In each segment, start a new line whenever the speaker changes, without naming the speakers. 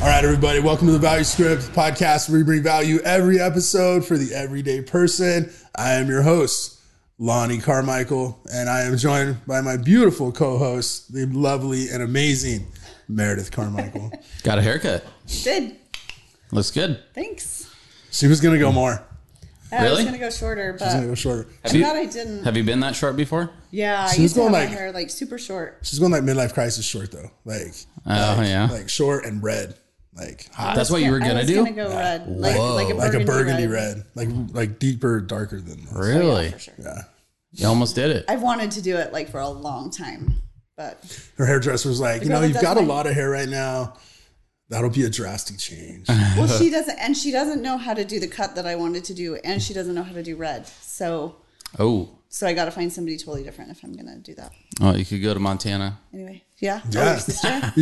All right, everybody, welcome to the Value Script podcast. Where we bring value every episode for the everyday person. I am your host, Lonnie Carmichael, and I am joined by my beautiful co host, the lovely and amazing Meredith Carmichael.
Got a haircut.
Did.
Looks good.
Thanks. Uh,
she was going to go more,
I was
Really?
gonna go shorter,
she's going to
but
go shorter.
I'm
you-
glad I didn't.
Have you been that short before?
Yeah, I
She was
used to
going
have my
like-
hair like super short.
She's going like midlife crisis short, though. Like,
Oh yeah.
like short and red. Like, hot.
That's what you were
I
gonna
was
do?
Gonna go red, like, like, a
Like
burgundy
a burgundy red. Like, like deeper, darker than this.
Oh,
really?
yeah, for sure.
Yeah.
You almost did it.
I've wanted to do it like for a long time, but
Her hairdresser was like, you
girl
know,
that
you've
does
got a
my-
lot of hair right now. That'll be a drastic change.
well, she doesn't, and she doesn't know how to do the cut that I wanted to do, and she doesn't know how to do red. So,
Oh.
so I got to find somebody totally different if I'm gonna do that.
Oh, you could go to Montana.
Anyway, yeah, Oh,
Yeah.
your sister,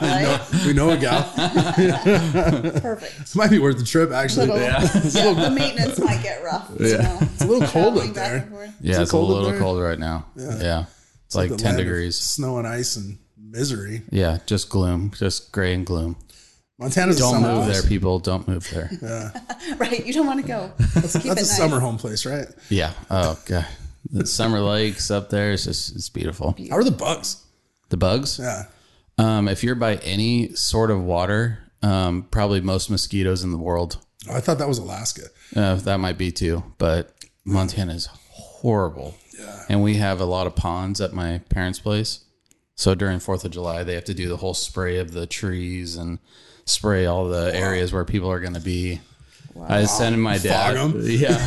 Right?
we know a gal.
perfect.
This might be worth the trip, actually.
Little,
Yeah.
yeah. the maintenance might get rough. you know.
It's a little cold
Traveling
up
back and
there.
forth.
Yeah,
it
it's
cold
a
up
little
there?
cold right now. Yeah. It's, like,
The
10
land of
degrees.
Snow and ice and misery.
Yeah, just gloom, just gray and gloom.
Montana's a
Don't
summer
move
place.
there, people. Don't move there. Yeah.
Right, you don't want to go. Keep it
That's a
nice.
summer home place, right?
Oh god. The summer lakes up there, it's just it's beautiful.
How are the bugs?
The bugs?
Yeah.
Um, if you're by any sort of water, um, probably most mosquitoes in the world.
Oh, I thought that was Alaska.
Uh, that might be too, but Montana is horrible. Yeah. And we have a lot of ponds at my parents' place. So during 4th of July, they have to do the whole spray of the trees and spray all the areas where people are going to be. I was sending my dad.
Fog 'em.
Yeah.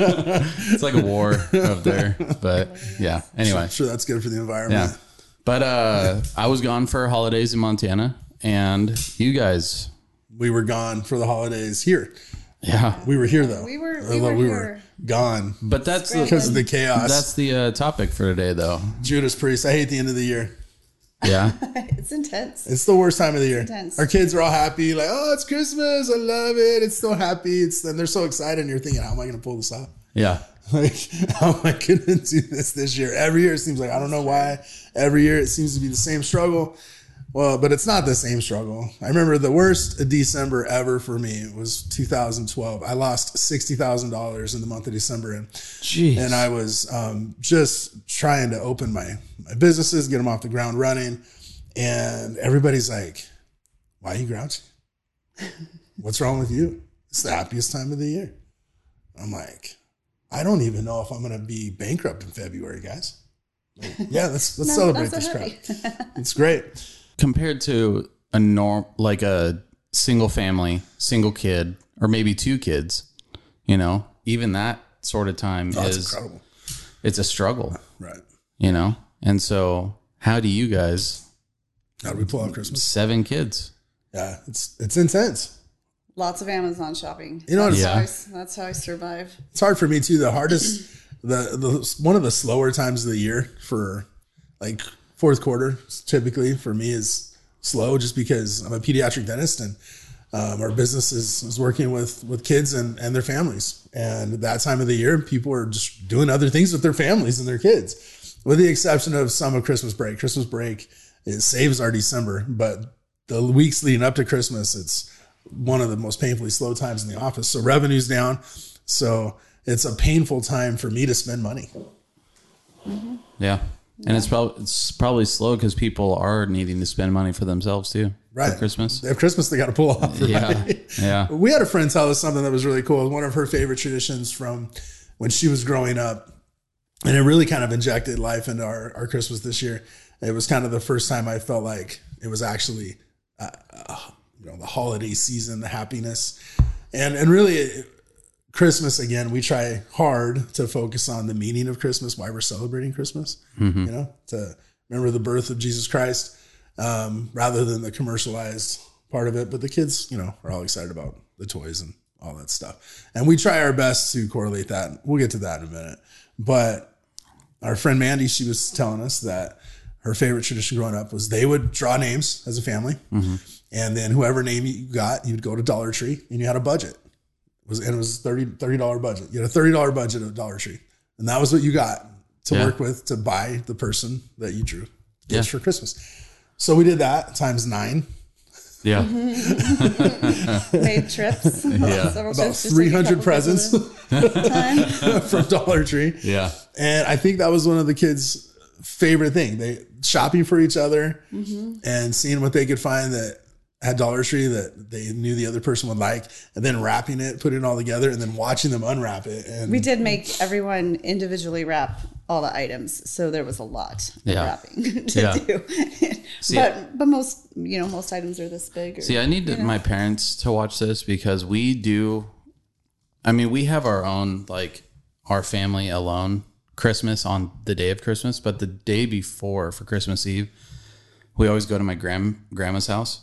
it's like a war up there. But yeah. Anyway.
I'm sure that's good for the environment.
Yeah. But uh, I was gone for holidays in Montana and you guys.
We were gone for the holidays here.
Yeah.
We were here, though.
We were-
Or
we
though
were
we
here.
were gone
But that's
because
the,
of the chaos.
that's the uh, topic for today, though.
Judas Priest. I hate the end of the year.
Yeah.
It's intense.
It's the worst time of the year.
Intense.
Our kids are all happy, like, oh, it's Christmas. I love it. It's so happy. It's and they're so excited. And you're thinking, how am I going to pull this off?
Yeah.
Like, oh how am I going to do this this year? Every year it seems like I don't know why. Every year it seems to be the same struggle. Well, but it's not the same struggle. I remember the worst December ever for me was 2012. I lost sixty thousand dollars in the month of December, and
Jeez.
and I was um, just trying to open my my businesses, get them off the ground running, and everybody's like, "Why are you grouchy? What's wrong with you? It's the happiest time of the year." I'm like, "I don't even know if I'm going to be bankrupt in February, guys." Like, yeah, let's let's
No,
celebrate
not
this
so
crap.
happy.
It's great.
compared to a norm like a single family single kid or maybe two kids you know even that sort of time
Oh, That's
is
incredible,
it's a struggle
right?
you know and so how do you guys
How do we pull off Christmas?
seven kids
Yeah, it's it's intense.
Lots of Amazon shopping.
You know what
that's,
it's-
how I,
Yeah.
s- that's how I survive.
it's hard for me too. The hardest, the, the one of the slower times of the year for like fourth quarter typically for me is slow, just because I'm a pediatric dentist and um, our business is, is working with with kids and and their families. And that time of the year, people are just doing other things with their families and their kids, with the exception of some of Christmas break. Christmas break it saves our December, but the weeks leading up to Christmas, it's one of the most painfully slow times in the office. So revenue's down. So it's a painful time for me to spend money.
yeah and it's probably it's probably slow because people are needing to spend money for themselves too
Right.
for christmas
They have Christmas they got to pull off. right?
yeah yeah
We had a friend tell us something that was really cool. One of her favorite traditions from when she was growing up. And it really kind of injected life into our, our Christmas this year. It was kind of the first time I felt like it was actually, uh, uh, you know, the holiday season, the happiness. And, and really, it, Christmas again, we try hard to focus on the meaning of Christmas, why we're celebrating Christmas, you know, to remember the birth of Jesus Christ um, rather than the commercialized part of it. But the kids, you know, are all excited about the toys and all that stuff. And we try our best to correlate that. We'll get to that in a minute. But our friend Mandy, she was telling us that her favorite tradition growing up was they would draw names as a family.
Mm-hmm.
And then whoever name you got, you'd go to Dollar Tree and you had a budget was and it was 30 dollar budget. You had a thirty dollar budget at Dollar Tree, and that was what you got to
Yeah.
work with to buy the person that you drew
Yeah.
just for Christmas. So we did that times nine.
Yeah.
Mm-hmm.
Made trips.
Yeah.
Several
About
trips, just like a
300
couple
presents
people at a time.
from Dollar Tree.
Yeah.
And I think that was one of the kids' favorite thing. They shopping for each other
Mm-hmm.
and seeing what they could find that had Dollar Tree that they knew the other person would like, and then wrapping it, putting it all together, and then watching them unwrap it. And
We did make everyone individually wrap all the items, so there was a lot
Yeah.
of wrapping to
Yeah.
do. but but most you know most items are this big. Or,
See, I need my parents to watch this because we do. I mean, we have our own like our family alone Christmas on the day of Christmas, but the day before for Christmas Eve, we always go to my grand grandma's house,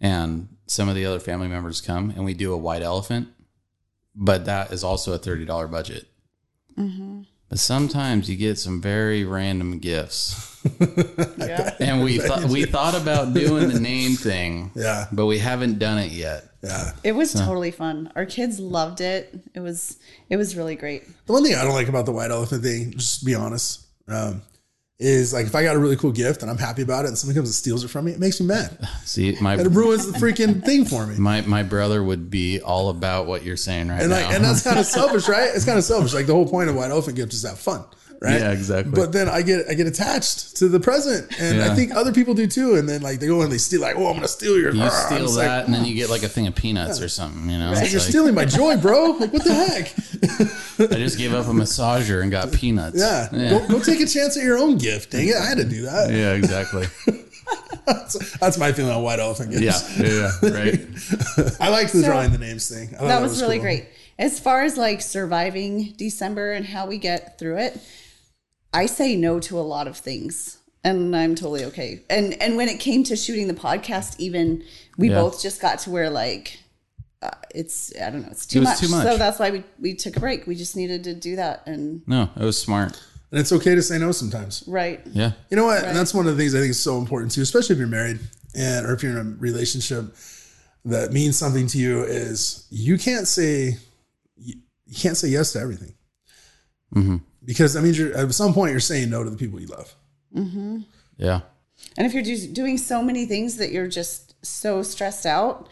and some of the other family members come, and we do a white elephant. But that is also a thirty dollar budget. But sometimes you get some very random gifts,
yeah.
and we thought we thought about doing the name thing,
yeah,
but we haven't done it yet.
yeah.
it was totally fun. Our kids loved it. It was it was really great.
The one thing I don't like about the white elephant thing, just to be honest, um, is like if I got a really cool gift and I'm happy about it, and somebody comes and steals it from me, it makes me mad.
See, my
It ruins the freaking thing for me.
my my brother would be all about what you're saying right
And
now.
like, and that's kind of selfish, right? It's kind of selfish. Like the whole point of white elephant gift is to have fun, right?
Yeah, exactly.
But then I get I get attached to the present, and I
Yeah.
think other people do too. And then like they go and they steal, like, oh, I'm gonna steal your.
you
I'm
steal
just
that,
Like,
and then you get like a thing of peanuts or something. You know,
"Like,
It's
you're
like,
stealing my joy, bro. Like what the heck?
I just gave up a massager and got peanuts.
Yeah, Go,
yeah,
go take a chance at your own gift. Dang it, I had to do that.
Yeah, exactly.
That's, that's my feeling on white elephant gifts.
Yeah, yeah, yeah, right.
I liked the
So-
drawing the names thing. I thought
that was, really
cool.
great. As far as like surviving December and how we get through it, I say no to a lot of things. And I'm totally okay. And and when it came to shooting the podcast, even we
Yeah.
both just got to where like uh, it's I don't know, it's too,
was
much.
too much.
So that's why we, we took a break. We just needed to do that and
No, it was smart.
And it's okay to say no sometimes.
right.
Yeah,
You know what? And that's one of the things I think is so important too, especially if you're married and or if you're in a relationship that means something to you is you can't say you can't say yes to everything because that means you're at some point you're saying no to the people you love.
yeah,
And if you're do- doing so many things that you're just so stressed out,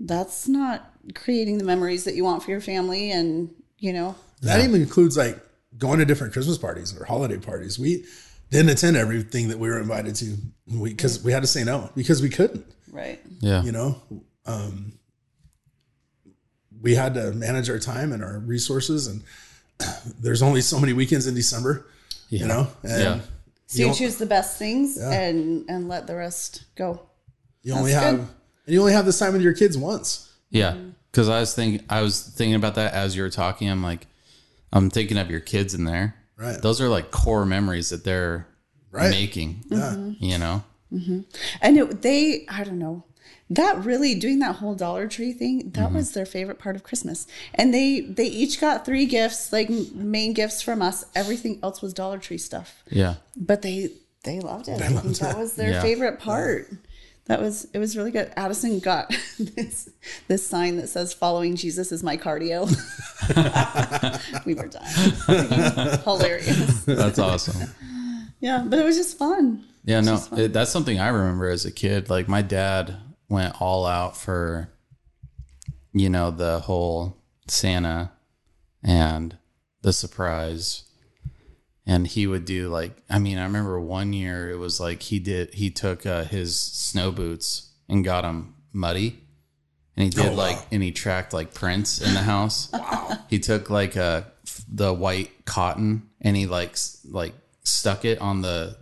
that's not creating the memories that you want for your family and you know
That even includes like going to different Christmas parties or holiday parties. We didn't attend everything that we were invited to because we had to say no because we couldn't.
right
yeah,
you know um we had to manage our time and our resources and there's only so many weekends in december you know and
yeah.
So
You
you,
don't-
choose the best things and and let the rest go.
you only
That's
have
good.
and you only have this time with your kids once
Yeah, because I was thinking, I was thinking about that as you were talking. I'm like, I'm thinking of your kids in there.
Right.
Those are like core memories that they're
Right.
making. You know.
And it, they, I don't know, that really doing that whole Dollar Tree thing. That was their favorite part of Christmas. And they they each got three gifts, like m- main gifts from us. Everything else was Dollar Tree stuff.
Yeah.
But they they loved it. I think that was their
Yeah.
favorite part. That was it was really good. Addison got this this sign that says "Following Jesus is my cardio." we were dying. Hilarious.
That's awesome.
Yeah, but it was just fun.
Yeah, no, it, that's something I remember as a kid. Like my dad went all out for, you know, the whole Santa and the surprise. And he would do like, I mean, I remember one year it was like he did, he took uh, his snow boots and got them muddy. And he did like, and he tracked like prints in the house. wow. He took like uh, f- the white cotton and he like, s- like stuck it on the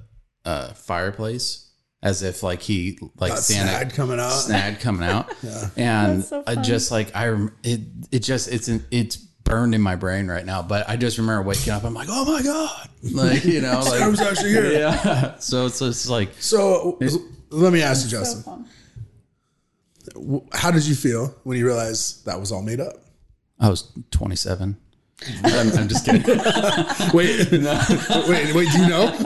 uh, fireplace as if like he, like
Got
Santa
snag coming out
snag coming out. And
That's so
I
fun.
just like I rem- it it just it's an, it's burned in my brain right now, but I just remember waking up I'm like, "Oh my god." Like, you know,
i was
like
actually here
yeah. So it's just like
so let me ask you justin
So fun.
w- how did you feel when you realized that was all made up
I was 27. I'm, I'm just kidding.
wait wait wait do you know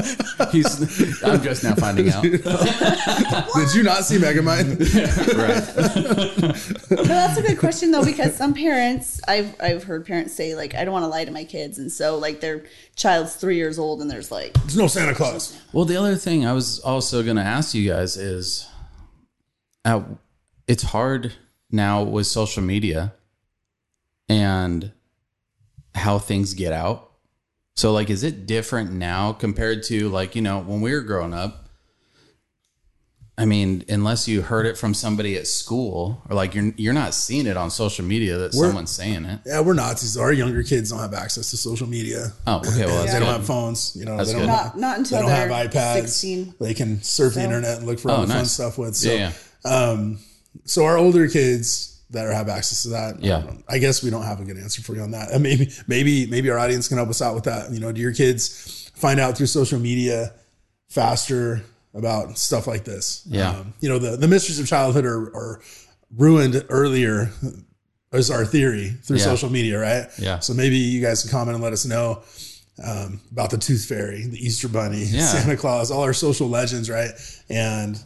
He's I'm just now finding out.
did you not see megamind
Right.
But that's a good question though, because some parents, I've I've heard parents say like, I don't want to lie to my kids, and so like their child's three years old, and there's like,
there's no santa claus
Well, the other thing I was also going to ask you guys is uh, it's hard now with social media and how things get out. So, like, is it different now compared to like you know when we were growing up? I mean, unless you heard it from somebody at school, or like you're you're not seeing it on social media that
We're-
someone's saying it.
Yeah, we're Nazis. Our younger kids don't have access to social media.
Oh, okay, well that's
they don't
good.
have phones. You know,
That's
they don't
good.
have
Not not
they
until
don't
they're
have iPads.
16.
They can surf the internet and look for all
Oh,
the fun
nice.
stuff with. So,
yeah, yeah.
um, so our older kids that are, have access to that. I
Yeah.
don't- I guess we don't have a good answer for you on that. And maybe, maybe, maybe our audience can help us out with that. You know, do your kids find out through social media faster about stuff like this? Um,
Yeah.
you know, the, the mysteries of childhood are, are ruined earlier is our theory through
Yeah.
social media, right?
Yeah.
So maybe you guys can comment and let us know um, about the Tooth Fairy, the Easter Bunny,
Yeah.
Santa Claus, all our social legends, right? And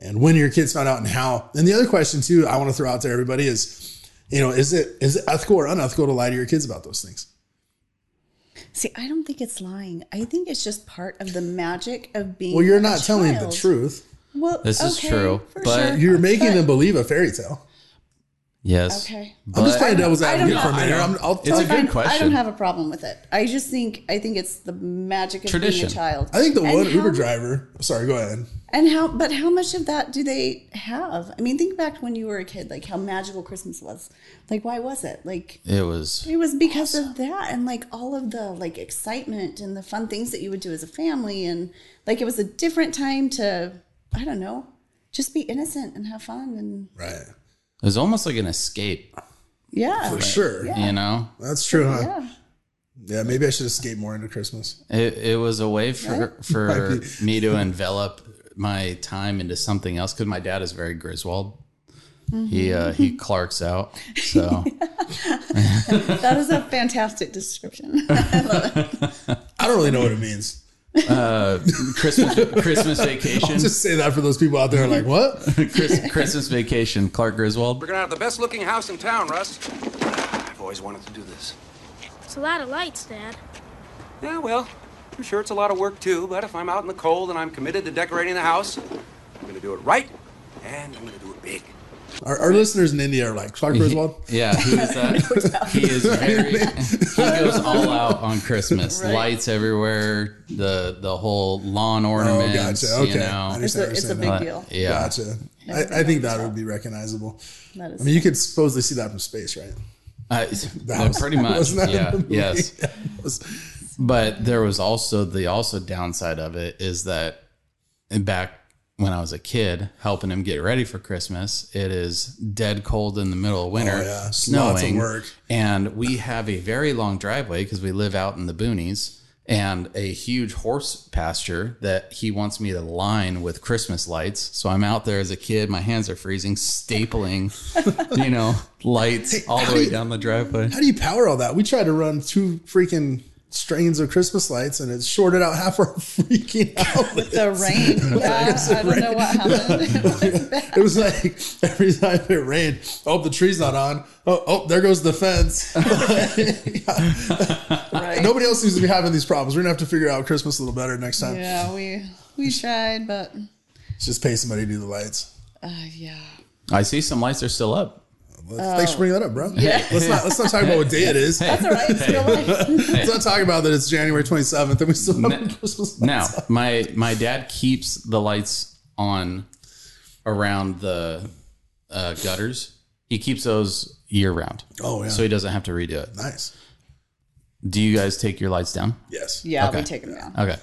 and when your kids found out and how. And the other question too, I want to throw out there, everybody is, you know, is it is it ethical or unethical to lie to your kids about those things?
See, I don't think it's lying. I think it's just part of the magic of being.
Well, you're
a
not telling the
child.
truth.
Well,
This is
okay,
true,
for
but-
sure.
You're making
But-
them believe a fairy tale.
yes.
Okay.
I'm just
But-
playing devil's
I don't
advocate
know.
for a minute.
I
I'm,
don't-
I'll,
It's a
I'll-
good
I- I
question.
don't have a problem with it. I just think I think it's the magic of
Tradition.
being a child.
I think the
And
one
how-
Uber driver. Sorry, go ahead.
And how? But how much of that do they have? I mean, think back to when you were a kid, like how magical Christmas was. Like, why was it? Like,
It was
it was because of that, and like all of the like excitement and the fun things that you would do as a family, and like it was a different time to, I don't know, just be innocent and have fun, and
Right.
it was almost like an escape,
yeah,
For sure.
Yeah.
you know.
That's true, huh?
yeah.
Yeah, maybe I should have skate more into Christmas.
It, it was a way for for
Might be.
me to envelop my time into something else because my dad is very Griswold. He
Mm-hmm.
uh, he Clarks out, so
That is a fantastic description.
I don't really know what it means.
Christmas Christmas vacation,
Just say that for those people out there like, what?
Chris, Christmas vacation, Clark Griswold.
We're gonna have the best looking house in town, Russ. I've always wanted to do this.
It's a lot of lights, Dad.
Yeah, well, I'm sure it's a lot of work too, but if I'm out in the cold and I'm committed to decorating the house, I'm gonna do it right, and I'm gonna do it big.
Our, our listeners in India are like, Clark Griswold?
Yeah, who is that? he is very. He goes all out on Christmas. Lights everywhere. The the whole lawn ornaments.
Oh, gotcha. Okay.
You know. Uh,
It's a, it's a big deal.
Yeah.
Gotcha. I, I think that would be recognizable.
That is
I mean, you could supposedly see that from space, right?
Uh,
was-
pretty much.
wasn't that in
Uh, Yeah.
the movie?
Yes.
It was-
But there was also the also downside of it is that back when I was a kid, helping him get ready for Christmas, it is dead cold in the middle of winter,
Oh, yeah. Lots of
snowing,
work.
and we have a very long driveway because we live out in the boonies and a huge horse pasture that he wants me to line with Christmas lights. So I'm out there as a kid, my hands are freezing, stapling, you know, lights all the way down the driveway.
How do you power all that? We tried to run two freaking strains of Christmas lights and it shorted out half our freaking outlet.
The rain. Yeah, I don't know what happened.
It was like every time it rained, oh, the tree's not on. Oh, oh, there goes the fence.
right.
Nobody else seems to be having these problems. We're going to have to figure out Christmas a little better next time.
Yeah, we we tried, but
Just pay somebody to do the lights.
uh, yeah.
I see some lights are still up.
Thanks for bringing that up, bro. Let's not let's not talk about what day it is.
That's all right. It's real life.
Let's not talk about that it's January 27th and we still have
Ne-
Christmas.
Now, my my dad keeps the lights on around the uh, gutters. He keeps those year round,
Oh yeah,
so he doesn't have to redo it.
nice.
Do you guys take your lights down?
Yes.
Yeah, we
Okay.
take them down.
Okay,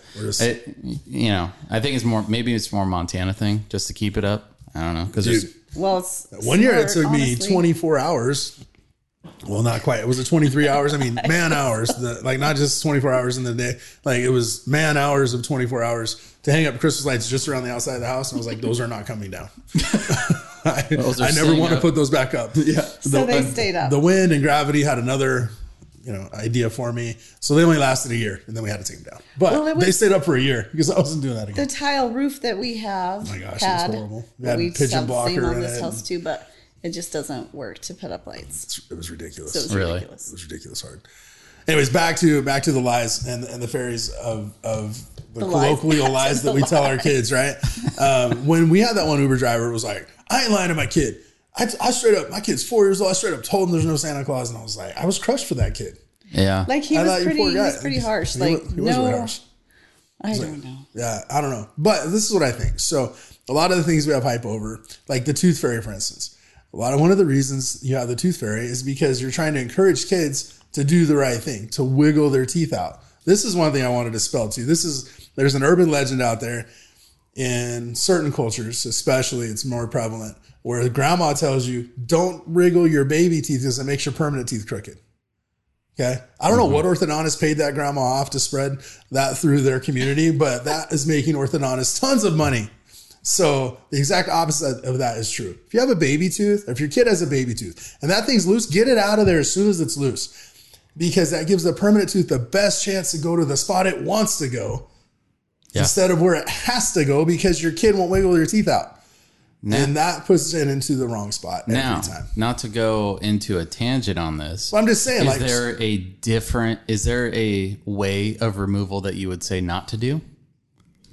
It- you know, I think it's more maybe it's more Montana thing just to keep it up. I don't know because there's
Dude,
Well, it's
One year it
smart,
took me
honestly.
24 hours. Well, not quite. It was a 23 hours. I mean, man hours. The, like not just 24 hours in the day. Like it was man hours of 24 hours to hang up Christmas lights just around the outside of the house. And I was like, those are not coming down. I,
are
I never
staying
want to
up.
put those back up. Yeah.
So they stayed up.
The wind and gravity had another, you know, idea for me. So they only lasted a year, and then we had to take them down. But
Well, it was-
they stayed up for a year because I wasn't doing that
the
again.
tile roof that we have.
my gosh, it was
had,
horrible. We
that
had
we
pigeon
pigeon
blocker
same on
in
this
it.
house too, but it just doesn't work to put up lights.
It was ridiculous.
So it was
Really?
it
ridiculous.
was ridiculous hard. Anyways, back to back to the lies and and the fairies of of the,
lies.
colloquial lies,
Back to
that
the
we tell our kids, right? um, when we had that one Uber driver, it was like, I ain't lying to my kid. I, I straight up, my kid's four years old. I straight up told him there's no Santa Claus, and I was like, I was crushed for that kid.
Yeah.
Like he
I
was
thought you
pretty,
poor
he
guy.
was pretty harsh.
He wa-
like
he was
no,
really harsh.
I don't know.
Yeah, I don't know. But this is what I think. So a lot of the things we have hype over, like the tooth fairy, for instance. A lot of one of the reasons you have the tooth fairy is because you're trying to encourage kids to do the right thing, to wiggle their teeth out. This is one thing I wanted to spell to you. This is there's an urban legend out there in certain cultures, especially it's more prevalent, where grandma tells you, don't wriggle your baby teeth because it makes your permanent teeth crooked. Okay. I don't
Mm-hmm.
know what orthodontist paid that grandma off to spread that through their community, but that is making orthodontists tons of money. So the exact opposite of that is true. If you have a baby tooth, or if your kid has a baby tooth and that thing's loose, get it out of there as soon as it's loose because that gives the permanent tooth the best chance to go to the spot it wants to go
Yeah.
instead of where it has to go because your kid won't wiggle your teeth out.
Now-
And that puts it into the wrong spot every
now,
time.
not to go into a tangent on this.
But I'm just saying,
Is
like,
there a different? Is there a way of removal that you would say not to do?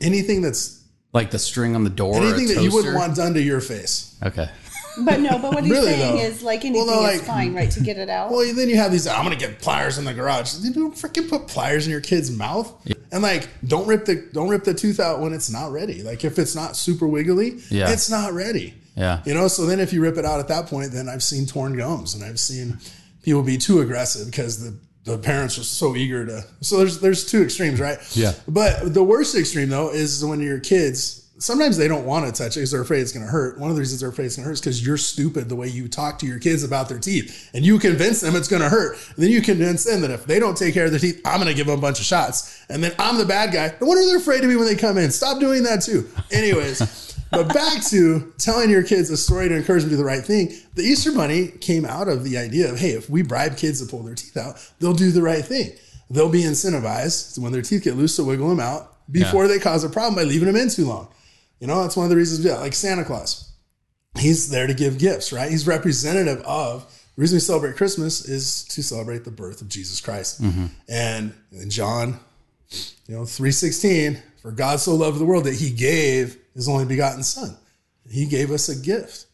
anything that's
Like the string on the door. or a
anything that you wouldn't
toaster?
want done to your face.
Okay.
But no, but what he's
Really,
saying
though.
is like
Well,
anything
no,
is
like-
fine, right? To get it out.
Well, then you have these. I'm gonna get pliers in the garage. You don't freaking put pliers in your kid's mouth, and like, don't rip the don't rip the tooth out when it's not ready. Like, if it's not super wiggly,
Yeah.
it's not ready.
Yeah.
You know. So then, if you rip it out at that point, then I've seen torn gums, and I've seen people be too aggressive because the the parents are so eager to. So there's there's two extremes, right?
Yeah.
But the worst extreme though is when your kids. Sometimes they don't want to touch it because they're afraid it's going to hurt. One of the reasons they're afraid it's going to hurt is because you're stupid the way you talk to your kids about their teeth, and you convince them it's going to hurt. And then you convince them that if they don't take care of their teeth, I'm going to give them a bunch of shots, and then I'm the bad guy. No wonder they're afraid of me when they come in. Stop doing that too. Anyways, but back to telling your kids a story to encourage them to do the right thing. The Easter Bunny came out of the idea of, hey, if we bribe kids to pull their teeth out, they'll do the right thing. They'll be incentivized when their teeth get loose to wiggle them out before they cause a problem by leaving them in too long. You know, that's one of the reasons, yeah, like Santa Claus. He's there to give gifts, right? He's representative of the reason we celebrate Christmas is to celebrate the birth of Jesus Christ. And in John you know 316 for god so loved the world that he gave his only begotten son he gave us a gift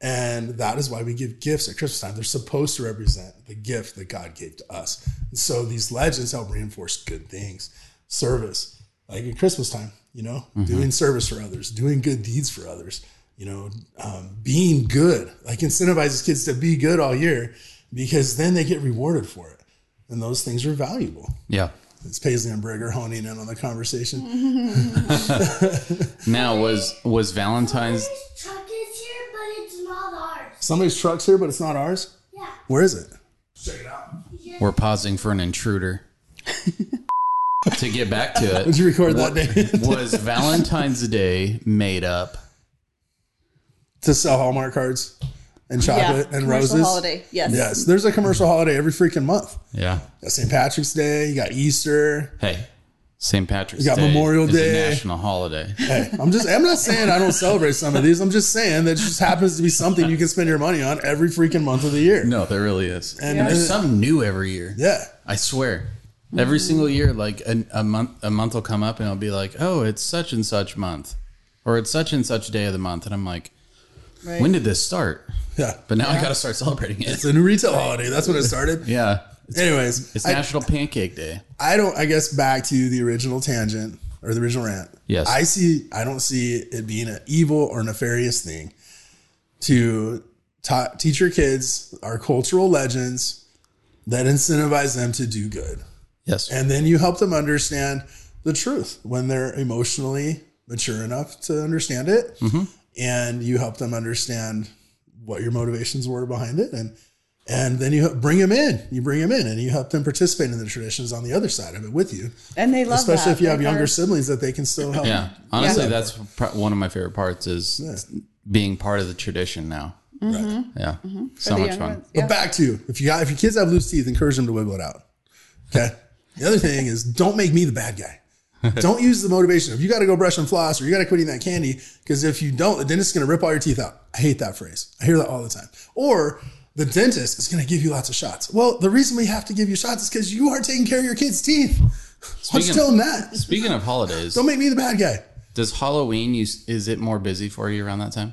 and that is why we give gifts at christmas time they're supposed to represent the gift that god gave to us and so these legends help reinforce good things service like at christmas time you know doing service for others doing good deeds for others you know um, being good like incentivizes kids to be good all year because then they get rewarded for it and those things are valuable
Yeah.
it's Paisley and Brigger honing in on the conversation.
Now was was Valentine's
Somebody's truck is here, but it's not ours.
Somebody's truck's here, but it's not ours.
Yeah.
Where is it?
we're pausing for an intruder. to get back to
Did
it,
you record that day
was Valentine's Day made up?
to sell Hallmark cards and chocolate and
commercial
roses?
holiday. Yes.
Yes, there's a commercial holiday every freaking month.
Yeah.
You got St. Patrick's Day, you got Easter.
Hey, St. Patrick's
We got
Day
Memorial
is a
Day.
national holiday.
Hey, I'm just I'm not saying I don't celebrate some of these. I'm just saying that it just happens to be something you can spend your money on every freaking month of the year.
No, there really is. And,
Yeah.
there's something new every year.
Yeah.
I swear. Every single year, like a, a month, a month will come up and it'll be like, "Oh, it's such and such month," or "It's such and such day of the month," and I'm like,
Right.
"When did this start?"
Yeah.
But now I got to start celebrating it.
It's a new retail holiday. That's when it started.
Yeah, it's,
Anyways,
it's
I-
National Pancake Day.
I don't. I guess back to the original tangent or the original rant.
Yes.
I see. I don't see it being an evil or nefarious thing to ta- teach your kids our cultural legends that incentivize them to do good,
Yes,
and then you help them understand the truth when they're emotionally mature enough to understand it, and you help them understand what your motivations were behind it, and and then you bring them in. You bring them in, and you help them participate in the traditions on the other side of it with you
and they love
especially
that.
if you have
Like,
younger
our-
siblings that they can still help.
yeah. Honestly,
Yeah.
that's pro- one of my favorite parts is being part of the tradition now.
Right.
Yeah, so
the
much
young
fun.
ones.
But back to you. If you got, if your kids have loose teeth, encourage them to wiggle it out. Okay. The other thing is don't make me the bad guy. Don't use the motivation of you got to go brush and floss or you got to quit eating that candy because if you don't, the dentist is going to rip all your teeth out. I hate that phrase. I hear that all the time. Or the dentist is going to give you lots of shots. Well, the reason we have to give you shots is because you are taking care of your kids' teeth. I'm
Speaking-
still not.
Speaking of holidays,
Don't make me the bad guy.
does Halloween you, is it more busy for you around that time?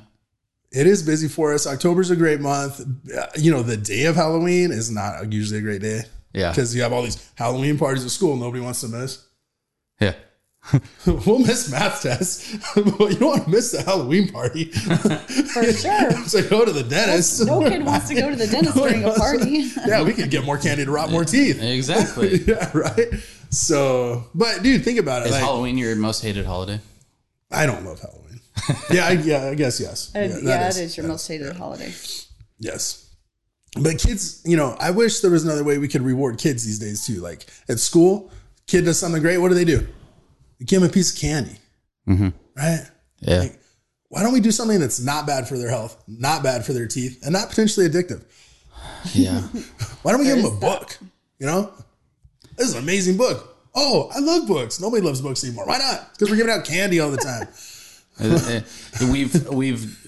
It is busy for us. October's a great month. Uh, You know, the day of Halloween is not usually a great day.
Yeah.
Because you have all these Halloween parties at school nobody wants to miss.
Yeah.
we'll miss math tests, but you don't want to miss the Halloween party.
for sure.
so go to the dentist.
No kid wants to go to the dentist during a party.
yeah, we could get more candy to rot more teeth.
Exactly. Is
Yeah, right. So, but dude, think about it. Like,
Halloween your most hated holiday?
I don't love Halloween. yeah, I, yeah, I guess yes.
Uh,
that
yeah, it is your
that
most hated holiday.
Yes. But kids, you know, I wish there was another way we could reward kids these days too. Like at school, kid does something great. What do they do? They give him a piece of candy, right?
Mm-hmm. Yeah.
Like, why don't we do something that's not bad for their health, not bad for their teeth, and not potentially addictive?
yeah.
Why don't we give
There
them a
is that.
book? You know, this is an amazing book. Oh, I love books. Nobody loves books anymore. Why not? Because we're giving out candy all the time.
Uh, uh, we've we've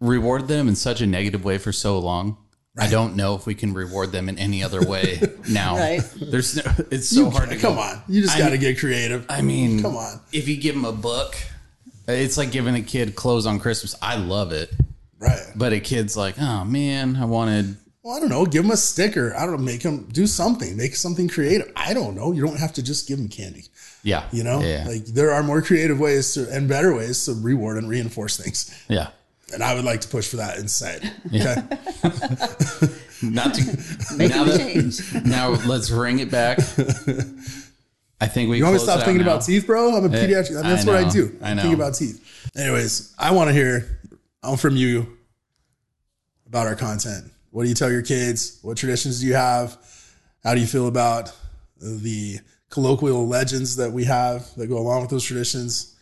rewarded them in such a negative way for so long. I don't know if we can reward them in any other way now.
Right.
There's no, it's so hard to
Come
go-
on, you just
I-
got to get creative.
I mean,
Come on.
If you give them a book, it's like giving a kid clothes on Christmas. I love it,
right.
but a kid's like, oh man, I wanted.
Well, I don't know. Give them a sticker. I don't know. Make them do something. Make something creative. I don't know. You don't have to just give them candy.
Yeah,
You know,
yeah,
like there are more creative ways to and better ways to reward and reinforce things.
yeah.
And I would like to push for that instead. Okay.
Not to
Make
now,
a
that-
change.
now let's bring it back. I think we.
You want me to
close it
stop
out
thinking
now.
about teeth, bro? I'm a
Eh,
pediatric. I mean, that's
I
what I
know.
do.
I
I think
know.
about teeth. Anyways, I want to hear um, from you about our content. What do you tell your kids? What traditions do you have? How do you feel about the colloquial legends that we have that go along with those traditions?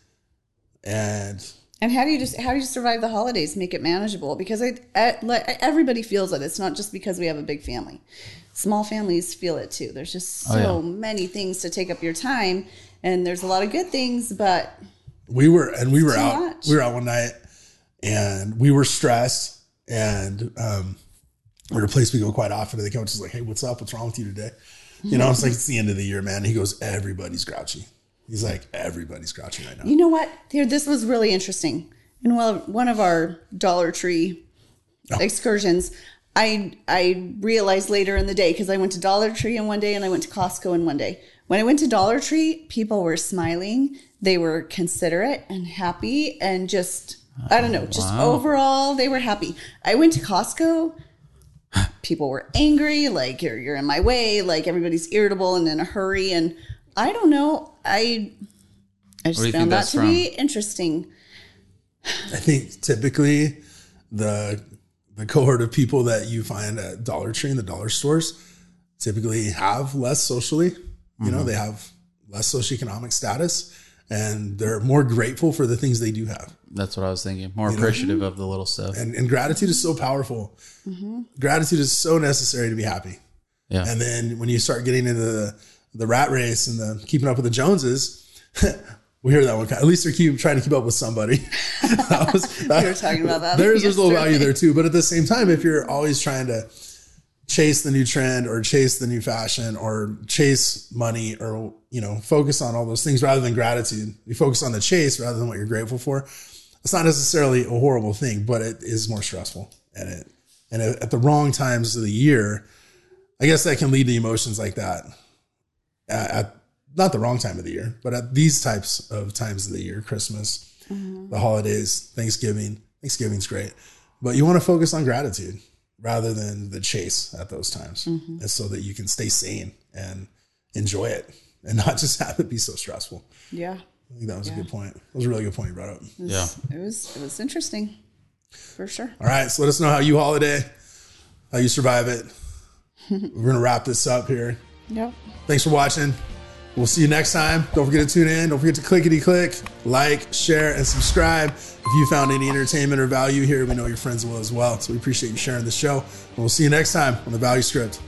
And
And how do you just how do you survive the holidays? Make it manageable because I, I like, everybody feels it. It's not just because we have a big family. Small families feel it too. There's just so
Oh, yeah.
many things to take up your time, and there's a lot of good things, but
we were and we were
too
out
much.
we were out one night and we were stressed and um we're at a place we go quite often and the coach is like hey what's up what's wrong with you today you know it's like it's the end of the year man and he goes everybody's grouchy he's like everybody's grouchy right now
you know what? Here, this was really interesting. In well, one of our Dollar Tree excursions, I I realized later in the day because I went to Dollar Tree in one day and I went to Costco in one day. When I went to Dollar Tree, people were smiling, they were considerate and happy, and just I don't know, just overall they were happy. I went to Costco. People were angry, like you're you're in my way, like everybody's irritable and in a hurry, and I don't know. I I
do
just
you think
found that
that's
to be interesting.
i think typically the the cohort of people that you find at dollar tree and the dollar stores typically have less socially you know they have less socioeconomic status and they're more grateful for the things they do have
That's what I was thinking. More appreciative of the little stuff.
and, and gratitude is so powerful. Gratitude is so necessary to be happy.
Yeah.
And then when you start getting into the, the rat race and the keeping up with the Joneses, we hear that one. At least they're keep, trying to keep up with somebody. that was,
We were talking about that.
there's there's a little
yesterday.
value there too. But at the same time, if you're always trying to chase the new trend or chase the new fashion or chase money or you know focus on all those things rather than gratitude, you focus on the chase rather than what you're grateful for. It's not necessarily a horrible thing, but it is more stressful and it and at at the wrong times of the year, I guess that can lead to emotions like that. At, at not the wrong time of the year, but at these types of times of the year, Christmas, the holidays, Thanksgiving. Thanksgiving's great, but you want to focus on gratitude rather than the chase at those times, and so that you can stay sane and enjoy it, and not just have it be so stressful.
Yeah.
I think that was a good point. That was a really good point you brought up.
yeah.
It was it was interesting. For sure.
All right, so let us know how you holiday, how you survive it. We're gonna wrap this up here.
Yep.
Thanks for watching. We'll see you next time. Don't forget to tune in. Don't forget to clickety click, like, share, and subscribe. If you found any entertainment or value here, we know your friends will as well. So we appreciate you sharing the show. And we'll see you next time on the Value Script.